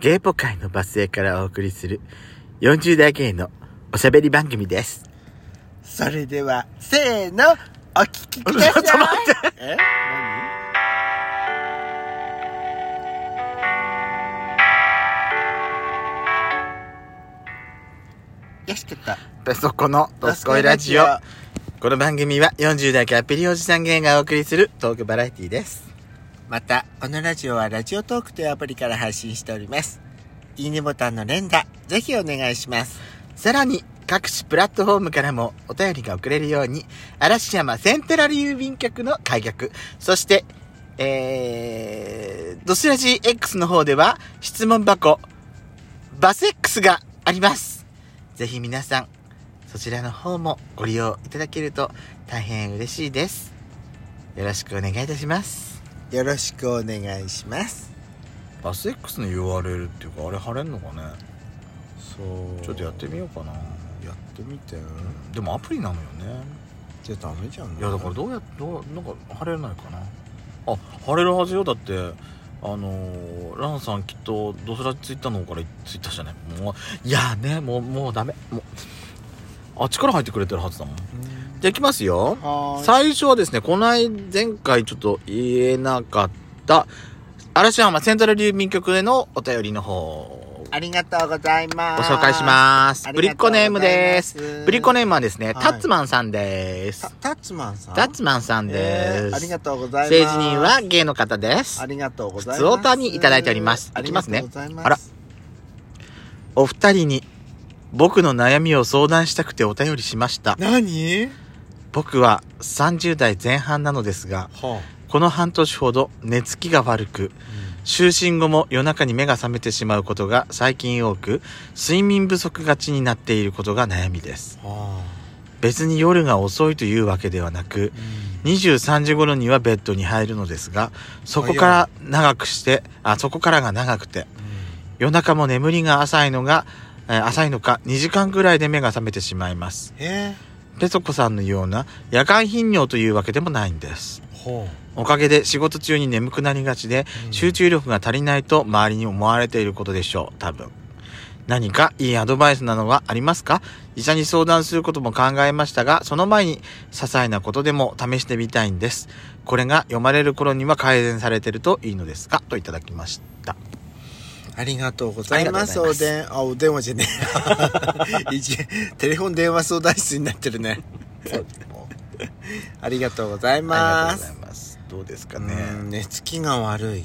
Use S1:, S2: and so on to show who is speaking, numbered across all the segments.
S1: ゲイポ界のバス停からお送りする40代ゲイのおしゃべり番組です。
S2: それでは、せーの、お聞きく ださい。
S1: ちょっと待って
S2: え何よし、ちょっと。
S1: ペソコのドスコイラジオ。この番組は40代キャッピリおじさんゲイがお送りするトークバラエティです。
S2: また、このラジオはラジオトークというアプリから配信しております。いいねボタンの連打、ぜひお願いします。
S1: さらに、各種プラットフォームからもお便りが送れるように、嵐山セントラル郵便局の開局、そして、えー、ドスラジ X の方では、質問箱、バス X があります。ぜひ皆さん、そちらの方もご利用いただけると大変嬉しいです。よろしくお願いいたします。
S2: よろしくお願いします。
S1: バス X の URL っていうか、あれ貼れんのかね
S2: そう
S1: みようかな。
S2: やってみて。
S1: でもアプリなのよね。
S2: じゃあダメじゃん。
S1: いやだからどうやどうなんか晴れないかなあ晴れるはずよだってあのー、ランさんきっとドスラツイッターの方からツイッターじゃないもういやねもうもうダメもうあっちから入ってくれてるはずだもんじ
S2: う
S1: ゃ
S2: ん
S1: あいきますよ
S2: はーい
S1: 最初はですねこない前回ちょっと言えなかった嵐山セントラル郵便局へのお便りの方
S2: ありがとうございま
S1: ご
S2: す。
S1: 紹介します
S2: あ
S1: ぶ
S2: り
S1: りっ
S2: がとう
S1: こ
S2: ござ
S1: ネ
S2: い
S1: ー
S2: ま
S1: ムですぶりっこネームはですね、
S2: い
S1: タッツマンさんです
S2: たタッツマンさん。
S1: タッツマンさんです、
S2: えーありがとうございます。
S1: 政治人は芸の方です
S2: あ。りがとうございます。
S1: 普通オタにいただいております
S2: あ
S1: いき
S2: り
S1: ま
S2: が
S1: す
S2: と
S1: ね
S2: うございます。
S1: あらお二人に僕の悩みを相談したくてお便りしました。
S2: 何
S1: 僕は30代前半なのですが、
S2: は
S1: この半年ほど寝つきが悪く、就寝後も夜中に目が覚めてしまうことが最近多く、睡眠不足がちになっていることが悩みです。
S2: あ。は
S1: 別に夜が遅いというわけではなく、23時頃にはベッドに入るのですが、そこから長くして、あ、そこからが長くて、夜中も眠りが浅いのが、えー浅いのか2時間ぐらいで目が覚めてしまいます
S2: え
S1: ペソコさんのような夜間頻尿というわけでもないんです
S2: ーほ
S1: おかげで仕事中に眠くなりがちで
S2: うん
S1: 集中力が足りないと周りに思われていることでしょう多分何かいいアドバイスなどはありますか医者に相談することも考えましたがその前に些細なことでも試してみたいんですこれが読まれる頃には改善されてるといいのですかといただきました
S2: ありがとうございます。
S1: ありがとうご
S2: お
S1: ざ
S2: でん、あ、お電話じゃねえ。一テレフォン電話相談室になってるね。ありがとうござい
S1: あ
S2: ま
S1: りがと
S2: す
S1: う。ございますどうですかね、
S2: うん寝つきが悪い。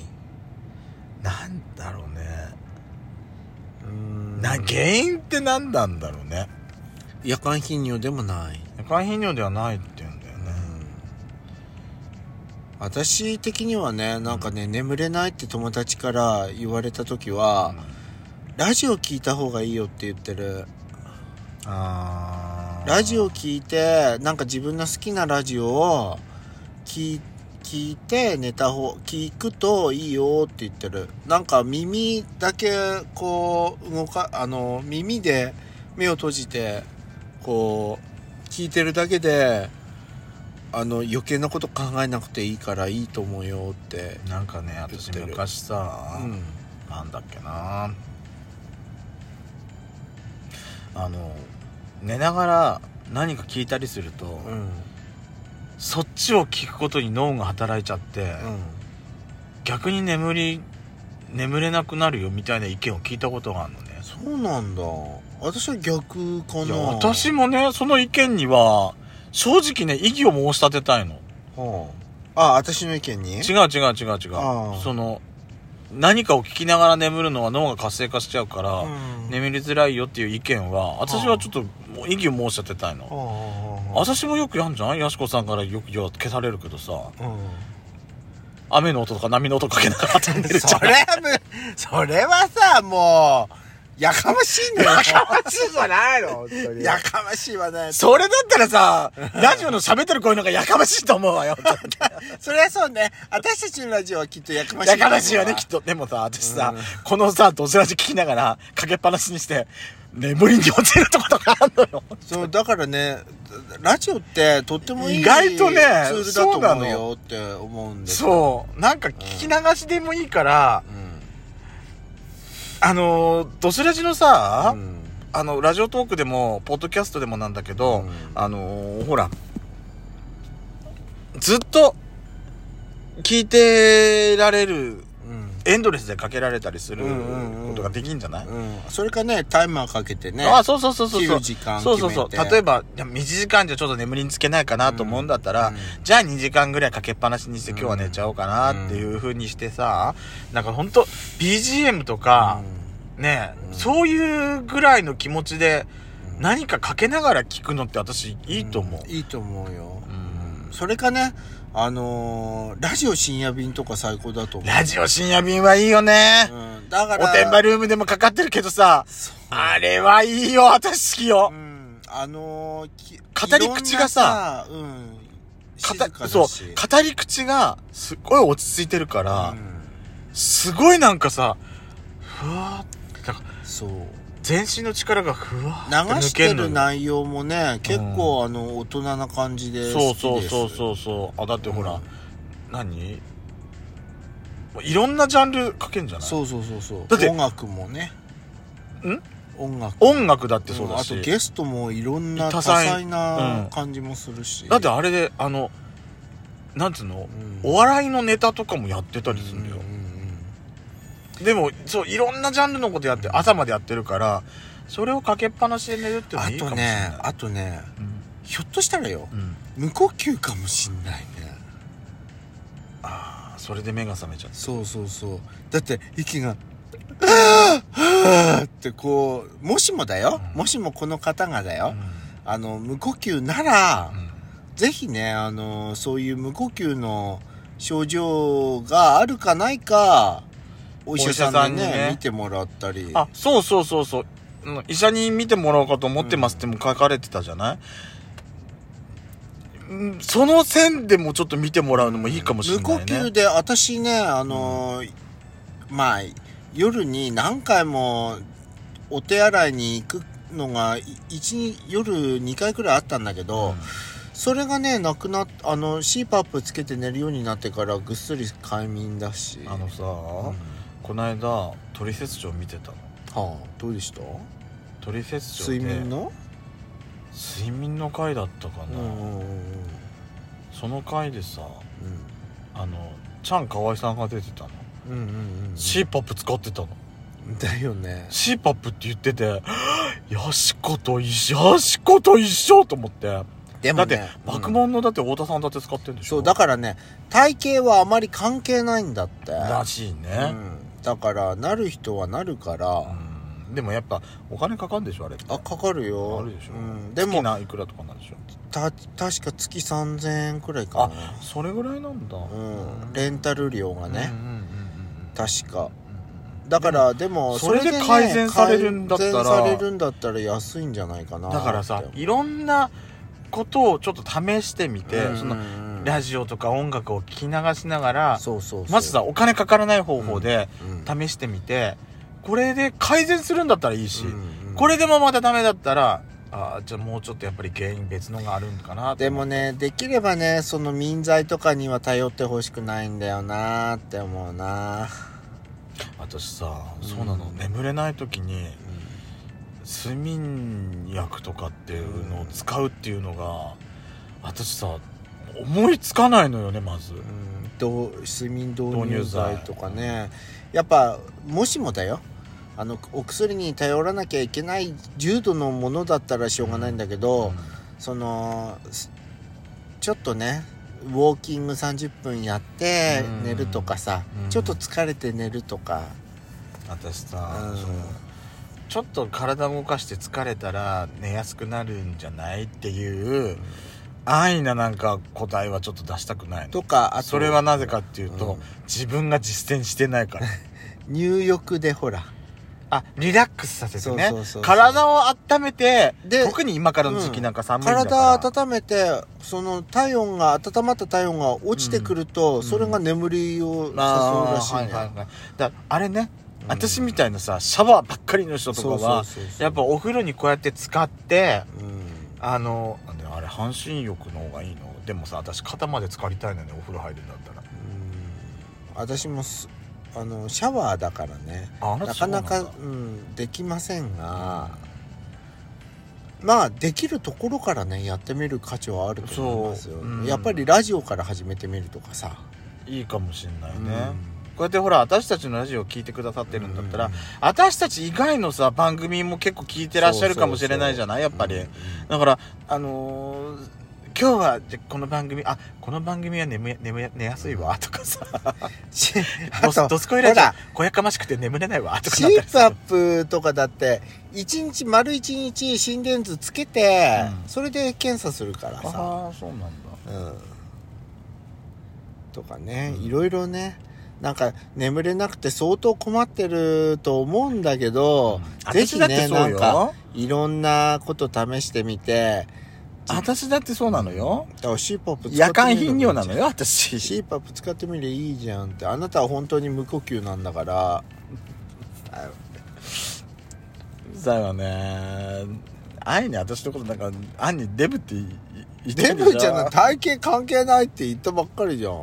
S1: なんだろうね、
S2: うん
S1: な原因って何なんだろうね
S2: 夜間頻尿でもない。
S1: 夜間頻尿ではないって言うんだよね
S2: 私的にはねなんかね、眠れないって友達から言われた時は、ラジオ聞いた方がいいよって言ってる
S1: あー
S2: ラジオ聞いてなんか自分の好きなラジオを聞い聞いて寝た方聞くといいよって言ってるなんか耳だけこう動かあの耳で目を閉じてこう聞いてるだけであの余計なこと考えなくていいからいいと思うよって
S1: なんかね私
S2: 言ってる
S1: 昔さ、
S2: うん
S1: なんだっけなあの寝ながら何か聞いたりすると、
S2: うん
S1: そっちを聞くことに脳が働いちゃって、逆に眠り眠れなくなるよみたいな意見を聞いたことがあるのね
S2: そうなんだ私は逆か
S1: い
S2: な
S1: や私もねその意見には正直ね異議を申し立てたいの
S2: はああ私の意見に
S1: 違う違う違う違
S2: あ
S1: う
S2: ー
S1: その何かを聞きながら眠るのは脳が活性化しちゃうから、
S2: うん
S1: 眠りづらいよっていう意見は私はちょっともう異議を申し立てたいの
S2: あ
S1: 私もよくやんじゃんやしこさんからよくよ消されるけどさ
S2: うん
S1: 雨の音とか波の音かけながら寝るじゃ
S2: そ
S1: ん
S2: れはむそれはさもうやかましいんだよやかましいじゃないの本当にやかましいはね
S1: それだったらさラジオの喋ってる声の方がやかましいと思うわよ
S2: それはそうね私たちのラジオはきっとやかましい
S1: やからしいよね、きっと。でもさ、私さ、このさ、ドスラジ聞きながら、かけっぱなしにして、眠りに落ちるとことかあんのよ。
S2: そうだからねラジオってとってもいい
S1: 意外とね
S2: ツールだと
S1: そうな
S2: 思
S1: の
S2: う
S1: よ
S2: よって思うんですよ
S1: そう。なんか聞き流しでもいいから、
S2: うん
S1: あのー、ドスラジのさ、
S2: うん
S1: あの、ラジオトークでも、ポッドキャストでもなんだけど、
S2: うん
S1: あのーほら、ずっと、聞いてられる、
S2: うん
S1: エンドレスでかけられたりする
S2: うんうんうん
S1: ことができんじゃない、
S2: うん、それかねタイマーかけてね
S1: あそうそうそうそうそ
S2: 切
S1: う
S2: る時間決
S1: そ
S2: め
S1: う
S2: て
S1: そうそう例えばいや1時間じゃちょっと眠りにつけないかなと思うんだったら、
S2: うん
S1: じゃあ2時間ぐらいかけっぱなしにして
S2: うん
S1: 今日は寝ちゃおうかなっていう風にしてさなんかほんと BGM とか、ね
S2: うん
S1: そういうぐらいの気持ちで
S2: うん
S1: 何かかけながら聞くのって私いいと思う、
S2: んいいと思うよ、
S1: うん
S2: それかねあのーラジオ深夜便とか最高だと思う
S1: ラジオ深夜便はいいよね、
S2: うん、だから
S1: おてんばルームでもかかってるけどさ
S2: そう
S1: あれはいいよ私好きよ、
S2: うんあのーき
S1: 語り口がさ
S2: いろんなさう
S1: か
S2: ん静
S1: た
S2: かだし
S1: そう語り口がすっごい落ち着いてるから、
S2: うん
S1: すごいなんかさふわーってなんか
S2: そう
S1: 全身の力がふわ
S2: 流
S1: ーって抜
S2: し
S1: け
S2: て
S1: るの
S2: る
S1: よ
S2: 内容もね結構あの大人な感じで
S1: そ
S2: 好
S1: う
S2: き
S1: そう
S2: です
S1: そうそうそうあだってほら、
S2: うん
S1: 何いろんなジャンル書けんじゃない
S2: そうそうそうそう
S1: だって
S2: 音楽もね
S1: ん
S2: 音楽
S1: 音楽だってそうだし、
S2: んあとゲストもいろんな
S1: 多
S2: 多
S1: 彩
S2: 彩
S1: うん
S2: な感じもするし、
S1: だってあれであのなんつうの、
S2: うん
S1: お笑いのネタとかもやってたりするんだよ、
S2: うんうん
S1: でもそういろんなジャンルのことやって朝までやってるからそれをかけっぱなしで寝るって
S2: うん
S1: いうの
S2: あ
S1: はいいかも
S2: と
S1: しれない
S2: ねあとね
S1: うん
S2: ひょっとしたらよ
S1: うん
S2: 無呼吸かもしんないね
S1: ああそれで目が覚めちゃう
S2: そうそうそうだって息が「はあはあってこうもしもだよ、
S1: うん
S2: もしもこの方がだ
S1: う
S2: よ、
S1: ん
S2: あの無呼吸なら、ぜひね、あのそういう無呼吸の症状があるかないか、お医者さんに
S1: お医者さんに
S2: ね
S1: ね、
S2: 見てもらったり。
S1: あそうそうそうそううん医者に見てもらおうかと思ってますっても書かれてたじゃない、うんその線でもちょっと見てもらうのもいいかもしれ
S2: 無
S1: ない
S2: 呼
S1: ね
S2: 吸で、私ね、あのまあ、夜に何回もお手洗いに行くのが、い一日、夜2回くらいあったんだけど、それがね、なくなっ、あの、CPAP つけて寝るようになってからぐっすり快眠だし。
S1: うんあのさ、
S2: うん、は
S1: こないだトリセツショー見てたの
S2: あ、どうでした
S1: トリセツショー
S2: 睡
S1: で
S2: 眠の
S1: 睡眠の回だったか
S2: う
S1: な、
S2: んうんうん
S1: その回でさ
S2: うん
S1: あのチャン河合さんが出てたの
S2: うんうんうんうん
S1: CPAP 使ってたの
S2: だよね
S1: CPAP って言ってて、 はぁヤシコと一緒、ヤシコと一緒と思って。
S2: で
S1: だ
S2: も
S1: って
S2: ね、
S1: 爆
S2: うん
S1: 問のだって太田さんだって使ってるんでしょ
S2: そうだからね体型はあまり関係ないんだって
S1: らしいね
S2: う。んだからなる人はなるから、
S1: うんでもやっぱ、お金かかるんでしょあれって。
S2: あかかるよ
S1: あるでしょ
S2: うん、で
S1: 好き
S2: も
S1: ないくらとかなんでしょ
S2: た確か月3000円くらいかな
S1: それぐらいなんだ。
S2: うん、レンタル料がね
S1: うん、うんうんうん
S2: 確か
S1: うん
S2: だからでも
S1: それで
S2: ね
S1: 改善されるんだったら
S2: 改善されるんだったら安いんじゃないかな
S1: だからさ
S2: っ、て
S1: いろんなことをちょっと試してみて、
S2: うん
S1: その、
S2: うん
S1: ラジオとか音楽を聞き流しながら、
S2: そうそうそう
S1: まずさ、お金かからない方法で、
S2: うん
S1: 試してみてこれで改善するんだったらいいし、
S2: うんうん
S1: これでもまたダメだったらあーじゃあもうちょっとやっぱり原因別のがあるんかなと
S2: でもねできればねその民剤とかには頼ってほしくないんだよなーって思うな
S1: 私さ、
S2: うん
S1: そうなの眠れない時に睡眠薬とかっていうのを使うっていうのが私さ思いつかないのよねまず
S2: うんどう睡眠導入剤とか
S1: 導入
S2: ねやっぱもしもだよあのお薬に頼らなきゃいけない重度のものだったらしょうがないんだけど、そのすちょっとねウォーキング30分やって
S1: うん
S2: 寝るとかさ、
S1: うん
S2: ちょっと疲れて寝るとか、
S1: 私さ、
S2: うん
S1: そのちょっと体動かして疲れたら寝やすくなるんじゃないっていう安易ななんか答えはちょっと出したくないの
S2: とかあと
S1: それはなぜかっていうと、
S2: うん
S1: 自分が実践してないから
S2: 入浴でほら
S1: あリラックスさせてね
S2: そうそうそうそう
S1: 体を温めて
S2: で
S1: 特に今からの時期なんか寒いんだから、
S2: 体温めてその体温が温まった体温が落ちてくると、
S1: ん
S2: それが眠りを誘う
S1: あー
S2: らしい
S1: はい
S2: ね
S1: はいはいだあれね、
S2: うん
S1: 私みたいなさシャワーばっかりの人とかは
S2: そうそうそう
S1: やっぱお風呂にこうやって使って
S2: うん
S1: あのなんであれ半身浴の方がいいのでもさ私肩まで浸かりたいのねお風呂入るんだったら
S2: 私もすあのシャワーだからね
S1: あ
S2: なかなか
S1: そううん
S2: できませんが、まあできるところからねやってみる価値はあると思いますよ、
S1: そううん
S2: やっぱりラジオから始めてみるとかさ、
S1: いいかもしんないね、
S2: うん
S1: こうやってほら私たちのラジオを聞いてくださってるんだったら、
S2: うん
S1: 私たち以外のさ番組も結構聞いてらっしゃるかもしれないじゃないやっぱり、
S2: うん
S1: だからあのー今日はじゃこの番組あこの番組は眠や眠や寝やすいわとか さ
S2: しあ
S1: ドス
S2: と
S1: ドスコイラジオ
S2: ほら
S1: こやかましくて眠れないわとか
S2: シ
S1: なったり
S2: ープア
S1: さ
S2: ップとかだって1日丸1日心電図つけて、
S1: うん
S2: それで検査するから
S1: あ
S2: さ、
S1: あそうなんだ
S2: うん、とかね、
S1: うん
S2: いろいろねなんか眠れなくて相当困ってると思うんだけど、ぜひ
S1: 私だって
S2: ね
S1: そ
S2: な
S1: うん
S2: か
S1: よ
S2: いろんなこと試してみて
S1: 私だってそうなのよ
S2: だからシープアップ使ってみる
S1: 夜間頻尿なの
S2: よ
S1: よ私
S2: シープアップ使ってみりゃいいじゃんってあなたは本当に無呼吸なんだから
S1: だよね愛に私のことなんか「アンにデブ」って言言ってる
S2: デ
S1: でしょ
S2: ブちゃんの体型関係ないって言ったばっかりじゃん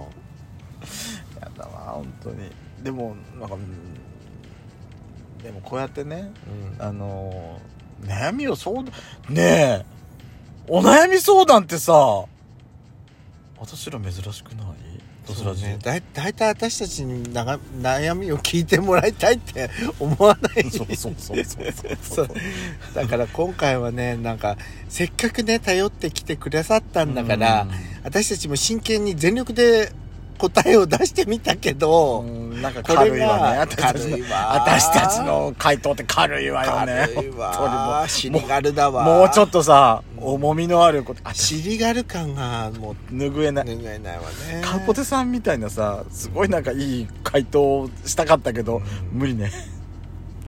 S1: やだわ本当にでもなんかうんでもこうやってねあのー悩みを相談ねえお悩み相談ってさ私ら珍しくないドス
S2: そ
S1: ラ
S2: う
S1: ジ
S2: ねだい大体私たちになが悩みを聞いてもらいたいって思わ ない
S1: そうそうそうそうそう
S2: そうだから今回はねなんかせっかくね頼ってきてくださった んだから、私たちも真剣に全力で答えを出してみたけ
S1: う
S2: ど、
S1: んなんか
S2: これ
S1: 軽いわね
S2: が
S1: 私たちの
S2: 軽いわ
S1: 私たちの回答って軽いわよね
S2: 軽いわ
S1: 本
S2: ーシリガルだ
S1: 当
S2: わ
S1: にもうもうちょっ
S2: と
S1: とさ重みのあることあし
S2: シリガル感がもう
S1: 拭えない
S2: 拭えないわね
S1: カポテさんみたいなさすごいなんかいい回答をしたかったけど、
S2: うん
S1: 無理ね